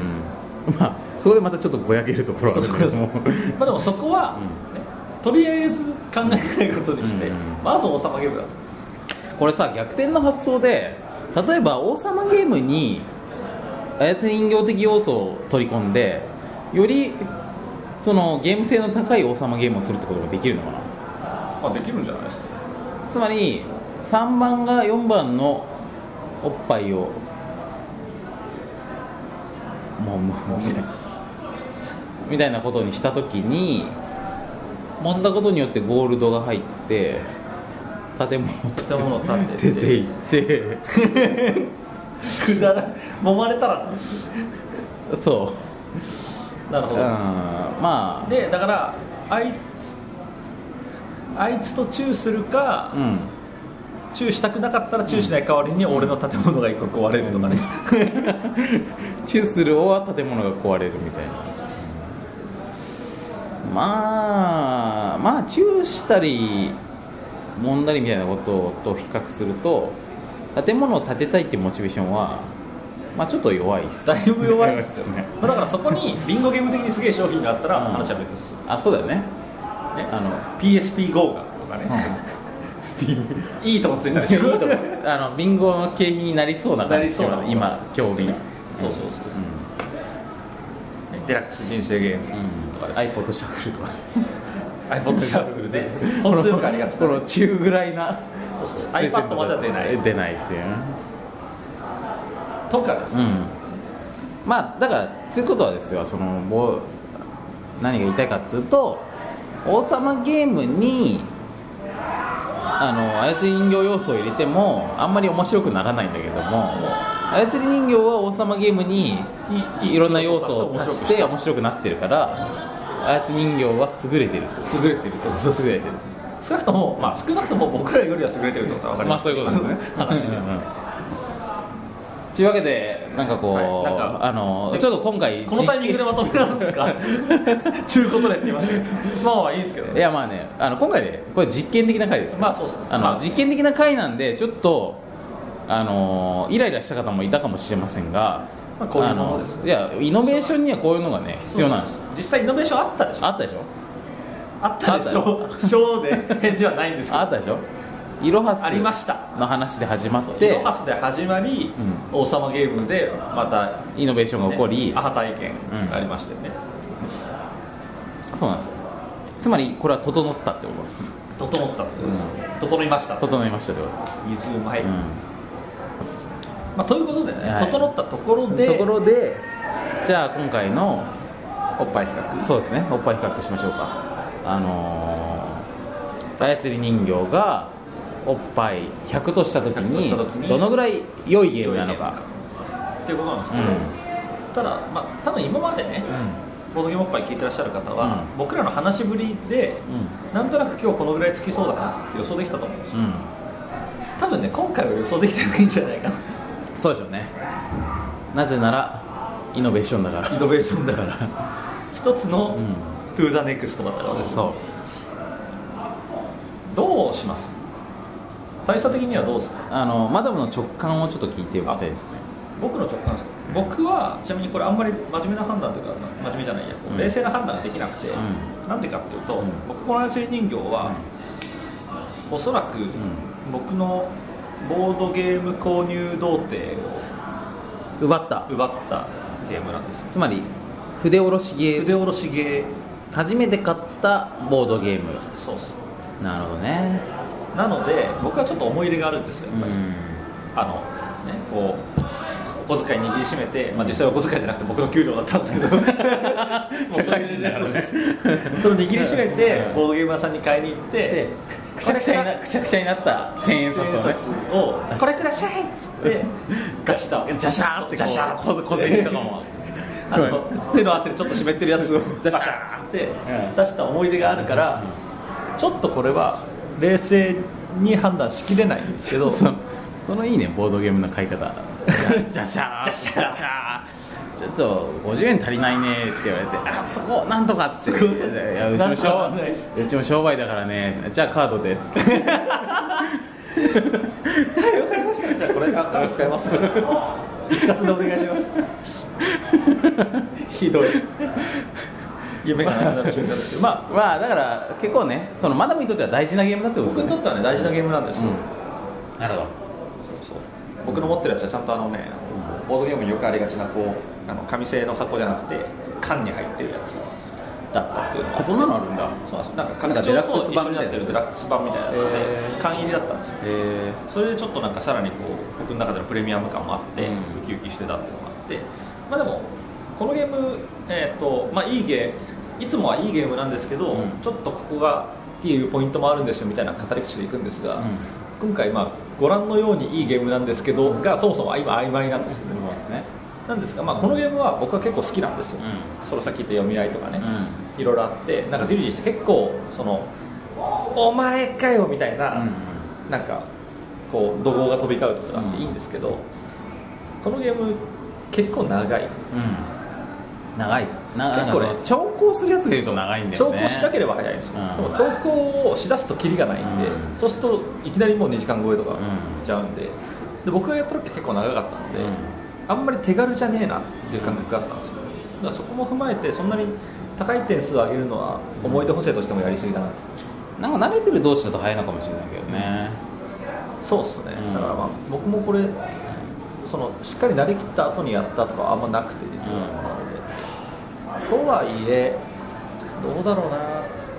B: まあそこでまたちょっとぼやけるところはあ るけども
C: まあでもそこは、ねとりあえず考えないことにして、
B: うん
C: まず王様ゲームだと
B: これさ逆転の発想で例えば王様ゲームに操り人形的要素を取り込んでよりそのゲーム性の高い王様ゲームをするってことができるのかな
C: まあできるんじゃないですか
B: つまり3番が4番のおっぱいをもうもうもうみたいなみたいなことにした時に揉んだことによってゴールドが入って建物を
C: 建物を建てて
B: 出ていって
C: くだら揉まれたらなんです
B: そ
C: なる
B: う、う
C: ほ
B: ん、
C: ど、
B: まあ
C: でだからあいつあいつとチューするか、
B: うん
C: チューしたくなかったらチューしない代わりに俺の建物が一個壊れるとかね、
B: チューする王は建物が壊れるみたいなまあまあチューしたり揉んだりみたいなことと比較すると建物を建てたいっていうモチベーションはまあちょっと弱いっす
C: だいぶ弱 いですよ
B: 弱いっ
C: ね
B: すね
C: まあだからそこにビンゴゲーム的にすげえ商品があったら
B: うん
C: 話は別ですよ、
B: あそうだよね
C: ね
B: あの
C: PSPGO がとかね、いいとこついたで
B: い
C: し
B: い
C: ょ
B: とこあのビンゴの景品になりそうな感じ
C: なりそうな
B: 今興味
C: そうそうそうそうデラックス人生ゲー ムとかです、
B: アイポッドシャッフルとか
C: アイ iPod シャッフルで本当よくありがち
B: こ
C: な
B: の中ぐらいな
C: そうそう iPad までは出ない
B: 出ないっていうね
C: とかです、
B: うん、まあだからつうことはですよそのぼ何が言いたいかっつうと王様ゲームにあの操り人形要素を入れてもあんまり面白くならないんだけども操り人形は王様ゲームにいいろんな要素を足して面白くなってるから操り人形は優れてるってこ
C: 優れてるってこと
B: 優れてる
C: 少なくとも、まあ、少なくとも僕らよりは優れてるってことは分かり
B: ま
C: ま
B: あ
C: す
B: そういうことですね
C: 話には
B: うんうんというわけでなんかこう、
C: はいなんか
B: あのちょっと今回
C: このタイミングでまとめなんですかちゅうことでって言いましたけどまあまあいいですけど
B: いやまあねあの今回ねこれ実験的な回です、
C: まあそうですね
B: あの
C: まあ
B: 実験的な回なんでちょっとあのイライラした方もいたかもしれませんが、
C: まあこういうものです
B: あのいやイノベーションにはこういうのがね必要なんです
C: 実際イノベーションあったでしょ
B: あったでしょ
C: あったでしょショーで返事はないんですけ
B: あ
C: ど
B: ったでしょイロハス
C: ありました
B: の話で始まっ
C: イロ
B: て
C: ハスで始まり、王様ゲームでまた、
B: イノベーションが起こり、
C: ねアハ体験がありましたよね、
B: そうなんですよつまりこれは整ったってことです
C: 整ったってことです、整いました
B: 整いましたってことです、
C: 水うまい、
B: うん
C: まあ、ということでね、
B: はい
C: 整ったところで
B: ところでじゃあ今回の
C: おっぱい比較
B: そうですねおっぱい比較しましょうかあのー、操り人形がおっぱい100とした時
C: 100とした時
B: に
C: に
B: どのぐらい良いゲームなのか
C: っていうことなんです
B: う
C: けど、ただまあ多分今までね、ボードゲームおっぱい聞いてらっしゃる方は、
B: う
C: 僕らの話しぶりで、
B: ん
C: なんとなく今日このぐらいつきそうだなって予想できたと思うんですよ、
B: うん、うん、
C: 多分ね今回は予想できてないんじゃな いかな
B: そうでしょうねなぜならイノベーションだから
C: イノベーションだから一つの、
B: うん
C: トゥーザネクストだったからです
B: そ
C: どうします大差的にはどうですか
B: うあのマダムの直感をちょっと聞いておきたいですね
C: 僕の直感ですか僕はちなみにこれあんまり真面目な判断というか真面目じゃないや、こう
B: うん
C: 冷静な判断ができなくて、
B: う
C: なんでかっていうと、
B: うん
C: 僕この操り人形は、おそらく、僕のボードゲーム購入童貞を
B: 奪った
C: 奪ったゲームなんですよ
B: つまり筆下ろしゲ
C: 腕
B: ー
C: 下ろしゲー
B: 初めて買ったボードゲーム
C: そうっす
B: なるほどね
C: なので僕はちょっと思い入れがあるんですよ
B: う
C: やっぱり、
B: ん
C: あのねこうお小遣い握りしめて、まあ、実際お小遣いじゃなくて僕の給料だったんです けどもう
B: 社会人だからね
C: そうそう そうその握りしめてボードゲーム屋さんに買いに行って
B: くしゃくしゃに なくしゃくしゃになった1000円札をね
C: 千円札を「これください」っつって出した
B: ジャシャーってこう
C: ジャシャーっつって
B: 小銭とかも
C: あの手の汗でちょっと湿ってるやつを
B: ジャ
C: 出
B: シャ
C: したって
B: うん
C: 出した思い出があるからちょっとこれは冷静に判断しきれないんですけど
B: そのそのいいねボードゲームの買い 方ジャシャー
C: ジャシャー
B: ちょっと50円足りないねって言われて「あそこなんとか」っつって「いやうち
C: なん
B: も
C: とか
B: 商
C: なんないです
B: うちも商売だからねじゃあカードで」っつって
C: わかりましたじゃあこれあカード使いますから一括でお願いしますひどい夢がなくなる瞬間ですけどまあ
B: まあだから結構ねそのマダムにとっては大事なゲームだってことで
C: 僕
B: す
C: に
B: ね
C: とってはね大事なゲームなんですよ、
B: うんなるほど
C: そう僕の持ってるやつはちゃんとあのねボードゲームによくありがちなこうあの紙製の箱じゃなくて缶に入ってるやつだったっていうのが
B: あそんなのあるんだ
C: そうなんですなんか
B: なんか
C: 拡
B: デラ
C: 張
B: ック
C: と
B: ス
C: 一緒
B: 版
C: に
B: みた
C: ない
B: なや
C: って
B: つ
C: るデラックス版みたいなやつで、
B: へー
C: 缶入りだったんですよ
B: え
C: それでちょっとなんかさらにこう僕の中でのプレミアム感もあって、ウキウキしてたっていうのもあってまあでもこのゲームえっ、とまあいいゲーいつもはいいゲームなんですけど、
B: うん
C: ちょっとここがっていうポイントもあるんですよみたいな語り口でいくんですが、
B: うん
C: 今回まあご覧のようにいいゲームなんですけどがそもそも今曖昧なんですよね
B: そうですね
C: なんですが、まあ、このゲームは僕は結構好きなんですよ、
B: う
C: そのさっき言った読み合いとかね、
B: う
C: いろいろあってなんかジリジリして結構その「お前かよ」みたいな、なんかこう怒号が飛び交うとかだっていいんですけど、このゲーム結構長い
B: うん長いですな
C: 結
B: なん
C: 構
B: か
C: ね
B: ね調校するやつでいうと長いんだ
C: 調
B: よね
C: 校しなければ早いんですよ、
B: うん
C: でも調校をしだすとキリがないんで、
B: うん
C: そうするといきなりもう2時間超えとか
B: うん
C: いっちゃうんでで僕がやった時結構長かったので、
B: うん
C: あんまり手軽じゃねえなっていう感覚があったんですよだからそこも踏まえてそんなに高い点数を上げるのは思い出補正としてもやりすぎだなと
B: なんか慣れてる同士だと早いのかもしれないけどね
C: そうっすね、
B: うん
C: だからまあ僕もこれそのしっかり慣れきった後にやったとかはあんまなくて実は、なのでとはいえどうだろうな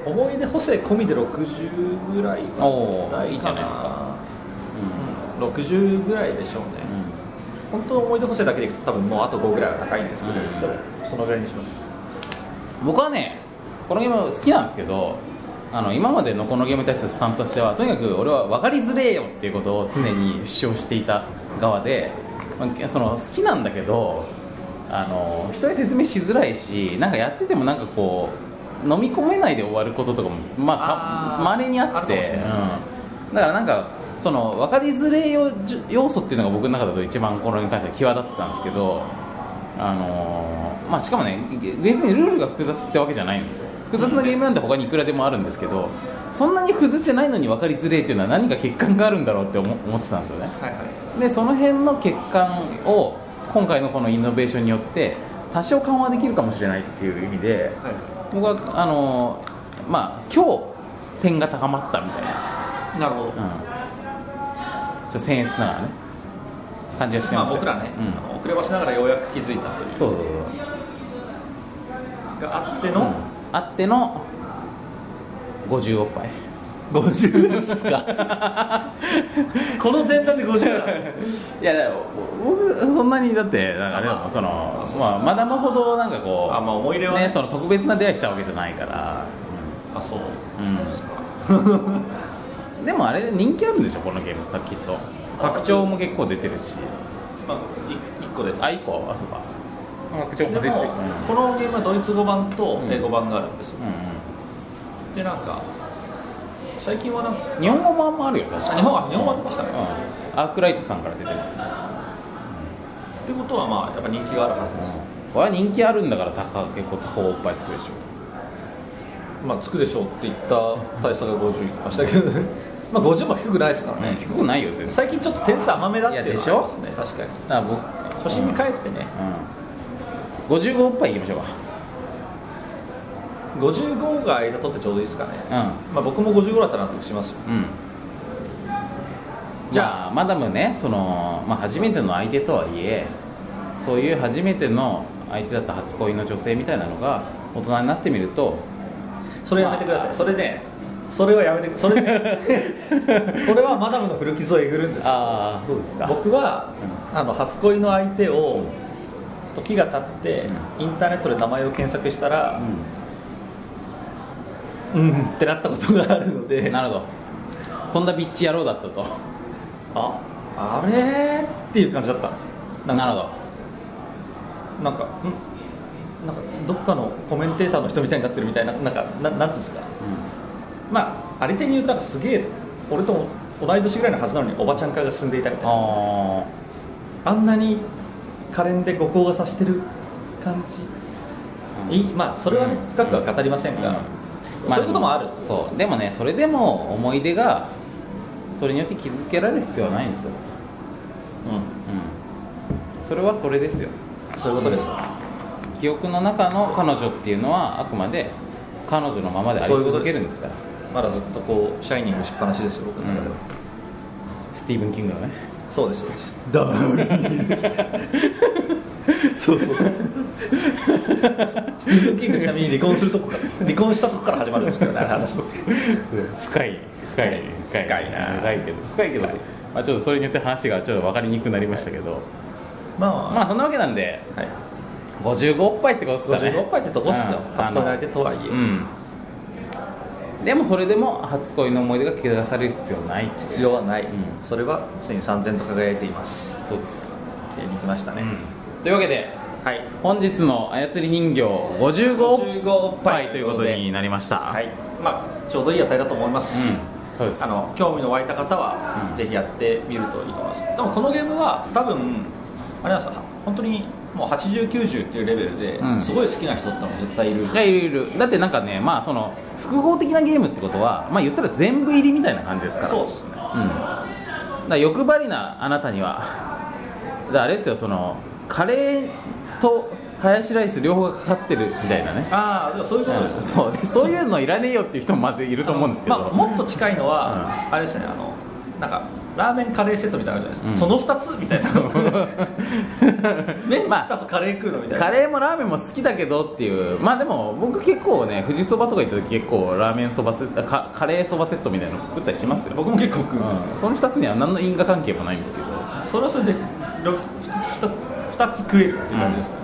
C: 思い出補正込みで60ぐらい
B: お
C: は
B: ーいいじゃないですか
C: うん60ぐらいでしょうね、本当の思い出補正だけでいくと多分もうあと5ぐらいは高いんですけど、
B: うん
C: でもそのぐらいにしました
B: 僕はねこのゲーム好きなんですけどあの今までのこのゲームに対するスタンスとしてはとにかく俺は分かりづれえよっていうことを常に主張していた側でまあその好きなんだけどあの人に説明しづらいしなんかやっててもなんかこう飲み込めないで終わることとかもまあ
C: あー
B: まれにあ
C: あ
B: っ
C: るかもしれな
B: て
C: いですね
B: うん、だからなんかその分かりづれえよ要素っていうのが僕の中だと一番このゲームに関しては際立ってたんですけどあのーまあ、しかもね、別にルールが複雑ってわけじゃないんですよ、複雑なゲームなんて他にいくらでもあるんですけど、そんなに複雑じゃないのに分かりづれえっていうのは、何か欠陥があるんだろうって思思ってたんですよね、
C: はいはい
B: でその辺の欠陥を今回のこのイノベーションによって、多少緩和できるかもしれないっていう意味で、僕はあのーまあ今日点が高まったみたいな、
C: なるほど
B: うん、ちょっと僭越ながらね、感じがして
C: ま
B: ま
C: あ、
B: すよ
C: 僕らね、
B: うん
C: あの遅ればしながらようやく気づいたという
B: そうそうそう
C: があって
B: う
C: の、
B: んあっての50おっぱい
C: 50ですか この前段で50なんですよ
B: いやだから僕そんなにだってなんかあれだもんそのまあマダムほどなんかこう
C: あまあ思い入れはね
B: ねその特別な出会いしたわけじゃないから
C: あそう
B: う ん、うんでもあれ人気あるんでしょこのゲームきっと拡張も結構出てるし
C: あまあ、い1個で
B: あ一個
C: あれば
B: あ口調
C: で
B: が出て
C: も
B: るうん
C: このゲームはドイツ語版と
B: うん
C: 英語版があるんですよ、
B: う
C: でなんか最近はなんか
B: んうん日本語版もあるよ確
C: あ
B: か
C: 日本は日本版出ましたね、
B: うん
C: っ
B: アークライトさんから出てます
C: てことはまあやっぱ人気があるはずです、
B: 俺は人気あるんだからタカは結構タコおっぱい作るでしょ
C: まあつくでしょうって言った大差が50いきましたけど ねまあ50も低くないですからね、
B: ね低くないよ全然
C: 最近ちょっと点数甘めだっていうの
B: いやでし
C: は
B: ょ
C: ありますね確かに
B: だから僕
C: 初心に帰ってね
B: うん55おっぱいいきましょうか
C: 55が間取ってちょうどいいですかね、
B: う
C: まあ、僕も55だったら納得しますよ
B: んうんじゃあマダムねその、まあ、初めての相手とはいえそういう初めての相手だった初恋の女性みたいなのが大人になってみると
C: それやめてください、それねそれはやめてくそれね それはマダムの古傷をえぐるんですよ
B: ああそうですか
C: 僕は、あの初恋の相手を時が経って、インターネットで名前を検索したらうん、ってなったことがあるの
B: う
C: で
B: ん、なるほど飛んだビッチ野郎だったと
C: ああれーっていう感じだったんですよ
B: な
C: なんか
B: るほど
C: なんかんなんかどっかのコメンテーターの人みたいになってるみたいななんかななんつうんですかまああり手に言うとなんかすげえ俺と同い年ぐらいのはずなのにおばちゃん化が進んでいたみたいな
B: あ
C: あんなに可憐で五光がさしてる感
B: うん
C: じ、いいまあそれはね、
B: うん
C: 深くは語りませんが、
B: うん
C: そ
B: あ、
C: うそういうこともある
B: でそうでもねそれでも思い出がそれによって傷つけられる必要はないんですよ、うん、それはそれですよ
C: うん、そういうことです、
B: 記憶の中の彼女っていうのはあくまで彼女のままであり続けるんですから
C: まだずっとこうシャイニングしっぱなしですよ僕の中では、
B: スティーブン・キングのね
C: そうですそうですダーリンそうそうそうスティーブン・キングちなみに離婚するとこから離婚したとこから始まるんですけどねあの話
B: 深い深い深い深いな深いけど深いけど、まあ、ちょっとそれによって話がちょっと分かりにくくなりましたけど
C: ま
B: まあそんなわけなんで
C: あ、はい、
B: 55おっぱいってことですかね
C: 55おっぱいってとこっすよ、
B: うん
C: 初恋の相手とはいえ、
B: うん、でもそれでも初恋の思い出が消しされる必要ない
C: 必要はない、
B: うん
C: それは常に三千と輝いています
B: そうです、
C: えーできましたね、
B: というわけで
C: はい
B: 本日の操り人形55おっ
C: 55おっ
B: ぱ
C: ぱ
B: い
C: い
B: ということになりましたは
C: はいまあちょうどいい値だと思います、
B: うん、そうです
C: あの興味の湧いた方は、
B: うん
C: ぜひやってみるといいと思いますでもこのゲームは多分あれなんですよ本当にもう8090っていうレベルで、
B: うん
C: すごい好きな人ってのも絶対いる
B: いやいるいるだってなんかねまあその複合的なゲームってことはまあ言ったら全部入りみたいな感じですから
C: そうですね
B: うん、だから欲張りなあなたにはだからあれですよそのカレーとハヤシライス両方がかかってるみたいなね
C: ああでもそういうことですよ、
B: うん
C: ね
B: そうでそういうのいらねえよっていう人もまずいると思うんですけど、
C: あのまあもっと近いのは、あれですねあのなんかラーメンカレーセットみたいなのあるじゃないですか、
B: う
C: その2つみたい な麺食ったとカレー食うのみたいな、
B: カレーもラーメンも好きだけどっていうまあでも僕結構ね富士そばとか行った時結構ラーメンそばセットかカレーそばセットみたいなの食ったりしますよ、
C: 僕も結構食うんですけど、
B: うんその2つには何の因果関係もないんですけど
C: それはそれで 2, つ食えるっていう感じですかね、
B: うん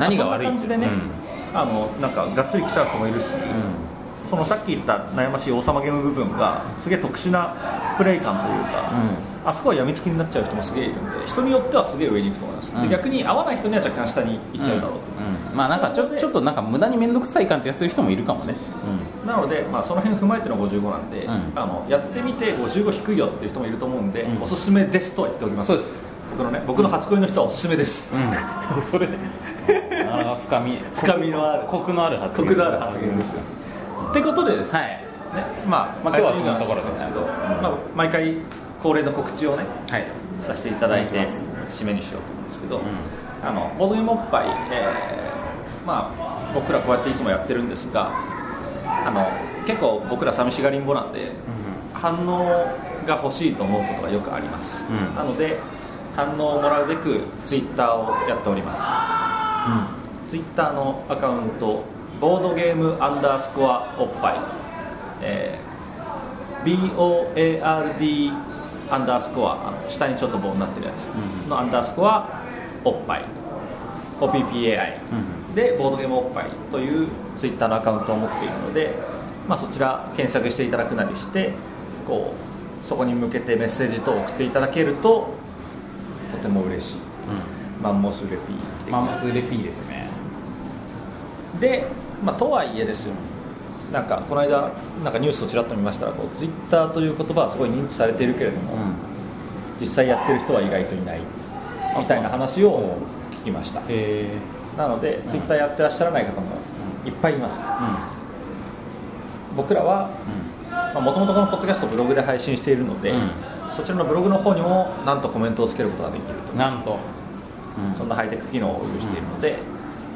B: 何が悪い
C: そんな感じでね、あのなんかがっつり来ちゃう子もいるし、
B: うん
C: そのさっき言った悩ましい王様ゲーム部分がすげえ特殊なプレイ感というか、あそこは病みつきになっちゃう人もすげえいるんで人によってはすげえ上に行くと思います、
B: う
C: で
B: ん
C: 逆に合わない人には若干下に行っちゃうだろうと、
B: うんまあなんかちょちょっとなんか無駄に面倒くさい感じがする人もいるかもね、
C: なので、まあ、その辺踏まえての55なんで、
B: うん
C: あのやってみて55低いよっていう人もいると思うんで、
B: うん
C: おすすめですとは言っておきます
B: そうです
C: 僕のね僕の初恋の人はおすすめです、
B: うん、それでなかなか深み
C: 深みのある
B: コクのある発言
C: コクのある発言ですよってことでですね、
B: はい
C: まあ、
B: まあ今日はそんなところで
C: なんですけど、
B: うん
C: まあ、毎回恒例の告知をね
B: はい
C: させていただいて
B: お願いし
C: 締めにしようと思うんですけど、
B: ん
C: あのボードゲームおっぱい、えーまあ、僕らこうやっていつもやってるんですがあの結構僕ら寂しがりんぼなんで反応が欲しいと思うことがよくあります、
B: うん
C: なので反応をもらうべくツイッターをやっておりますツイッターのアカウントボードゲームアンダースコアおっぱい、えー BOARD アンダースコアあの下にちょっと棒になってるやつ
B: うん
C: のアンダースコアおっぱい OPPAI
B: う
C: でボードゲームおっぱいというツイッターのアカウントを持っているので、まあ、そちら検索していただくなりしてこうそこに向けてメッセージ等を送っていただけるととても嬉しいマンモスレピー的な
B: マンモスレピーですね
C: で、まあ、とはいえですよなんかこの間なんかニュースをちらっと見ましたらこうツイッターという言葉はすごい認知されているけれども、実際やってる人は意外といないみたいな話を聞きました
B: え
C: なのでツイッターやってらっしゃらない方もいっぱいいます
B: ー、うん
C: 僕らはもともとこのポッドキャストをブログで配信しているので、
B: うん
C: そちらのブログの方にもなんとコメントをつけることができると
B: うんなんと、うん
C: そんなハイテク機能を有しているので、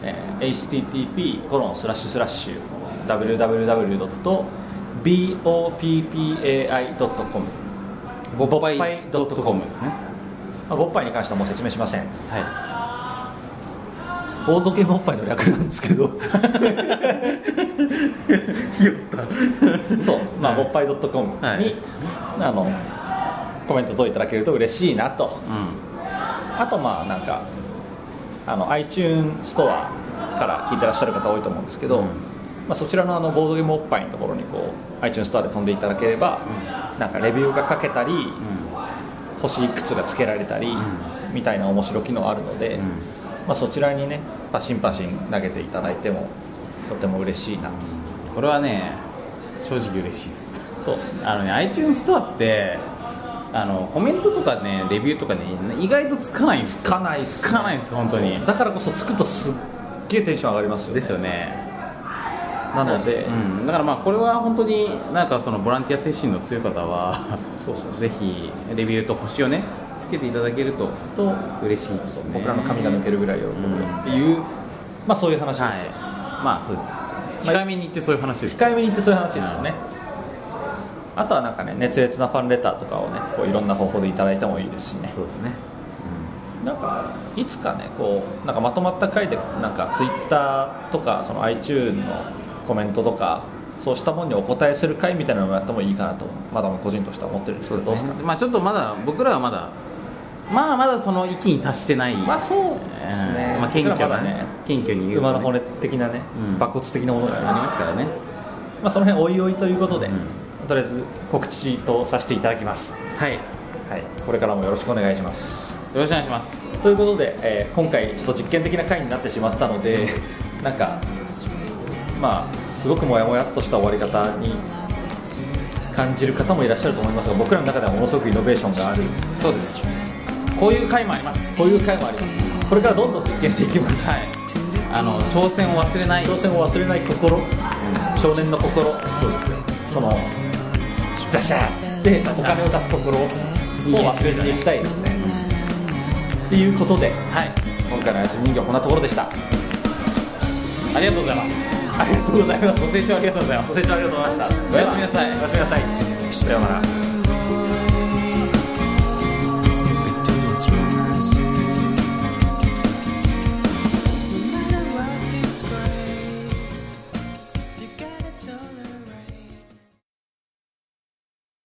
C: えー http コロンスラッシュスラッシュ www.boppai.com
B: ボッパイ
C: ボッパイドットコ
B: .com
C: ム
B: ですね
C: まあボッパイに関してはもう説明しません
B: は
C: ボードゲームおっぱいの略なんですけど
B: い言った
C: そう、ま
B: は
C: あ、ボ
B: い
C: ッパイ .com に、
B: はい
C: あのコメント等いただけると嬉しいなと
B: う
C: あとまあなんかあの iTunes ストアから聞いてらっしゃる方多いと思うんですけど、
B: うん
C: まあ、そちらのあのボードゲームおっぱいのところにこう iTunes ストアで飛んでいただければ、なんかレビューが書けたり、
B: んうん
C: 星いくつがつけられたり、
B: ん
C: みたいな面白機能あるので、
B: うん
C: まあ、そちらにねパシンパシン投げていただいてもとても嬉しいなと
B: これはね正直嬉しいです
C: そうですね
B: あのね iTunes ストアってあのコメントとかねレビューとかね意外とつかないんです
C: つかないっす、
B: つかないです本当に
C: そうだからこそつくとすっげえテンション上がりますよね
B: ですよね、
C: なので、
B: うん、だからまあこれは本当になんかそのボランティア精神の強い方は
C: そうそう
B: ぜひレビューと星をねつけていただけると
C: と
B: 嬉しいですね
C: 僕らの髪が抜けるぐらい喜ぶっていう、まあそういう話
B: は
C: で
B: い
C: すよ、
B: まあそうです控えめに言ってそういう話です、
C: 控えめに言ってそういう話ですよね、あとはなんかね熱烈なファンレターとかをねこういろんな方法でいただいてもいいですしね
B: そうですね、
C: なんかいつかねこうなんかまとまった回でなんかツイッターとかその iTunes のコメントとかそうしたものにお答えする回みたいなのもやってもいいかなとまだ個人としては思ってるんですけ
B: そう
C: ど
B: です
C: どう
B: ね
C: ですかね
B: まあちょっとまだ僕らはまだまあまだその域に達してない、
C: まあそうですね、
B: うんまあ、謙虚
C: 僕
B: だ
C: らまだ
B: ね謙虚に言うとね
C: 馬の骨的なね、
B: うん
C: 馬骨的なものがあり
B: あり
C: ます
B: ますからね
C: まあ、その辺おいおいということで、
B: うん
C: とりあえず告知とさせていただきます、
B: はいよ
C: はい、これからもよろしくお願いします
B: ろしくお願いします
C: ということで、えー今回ちょっと実験的な回になってしまったのでなんかまあすごくモヤモヤっとした終わり方に感じる方もいらっしゃると思いますが僕らの中ではものすごくイノベーションがある
B: そうですこういう回もあります
C: こういう回もありますこれからどんどん実験していきます、
B: はいあの挑戦を忘れない
C: 挑戦を忘れない心、少年の心そうですよそのザシャーってお金を出す心を忘れていきたいですねっていうことで
B: はい
C: 今回の「やじ人形」こんなところでした
B: ありがとうございます
C: ありがとうございます
B: ご清聴ありがとうございます
C: ご清聴ありがとうございました
B: おやすみなさい
C: おやすみなさいさようなら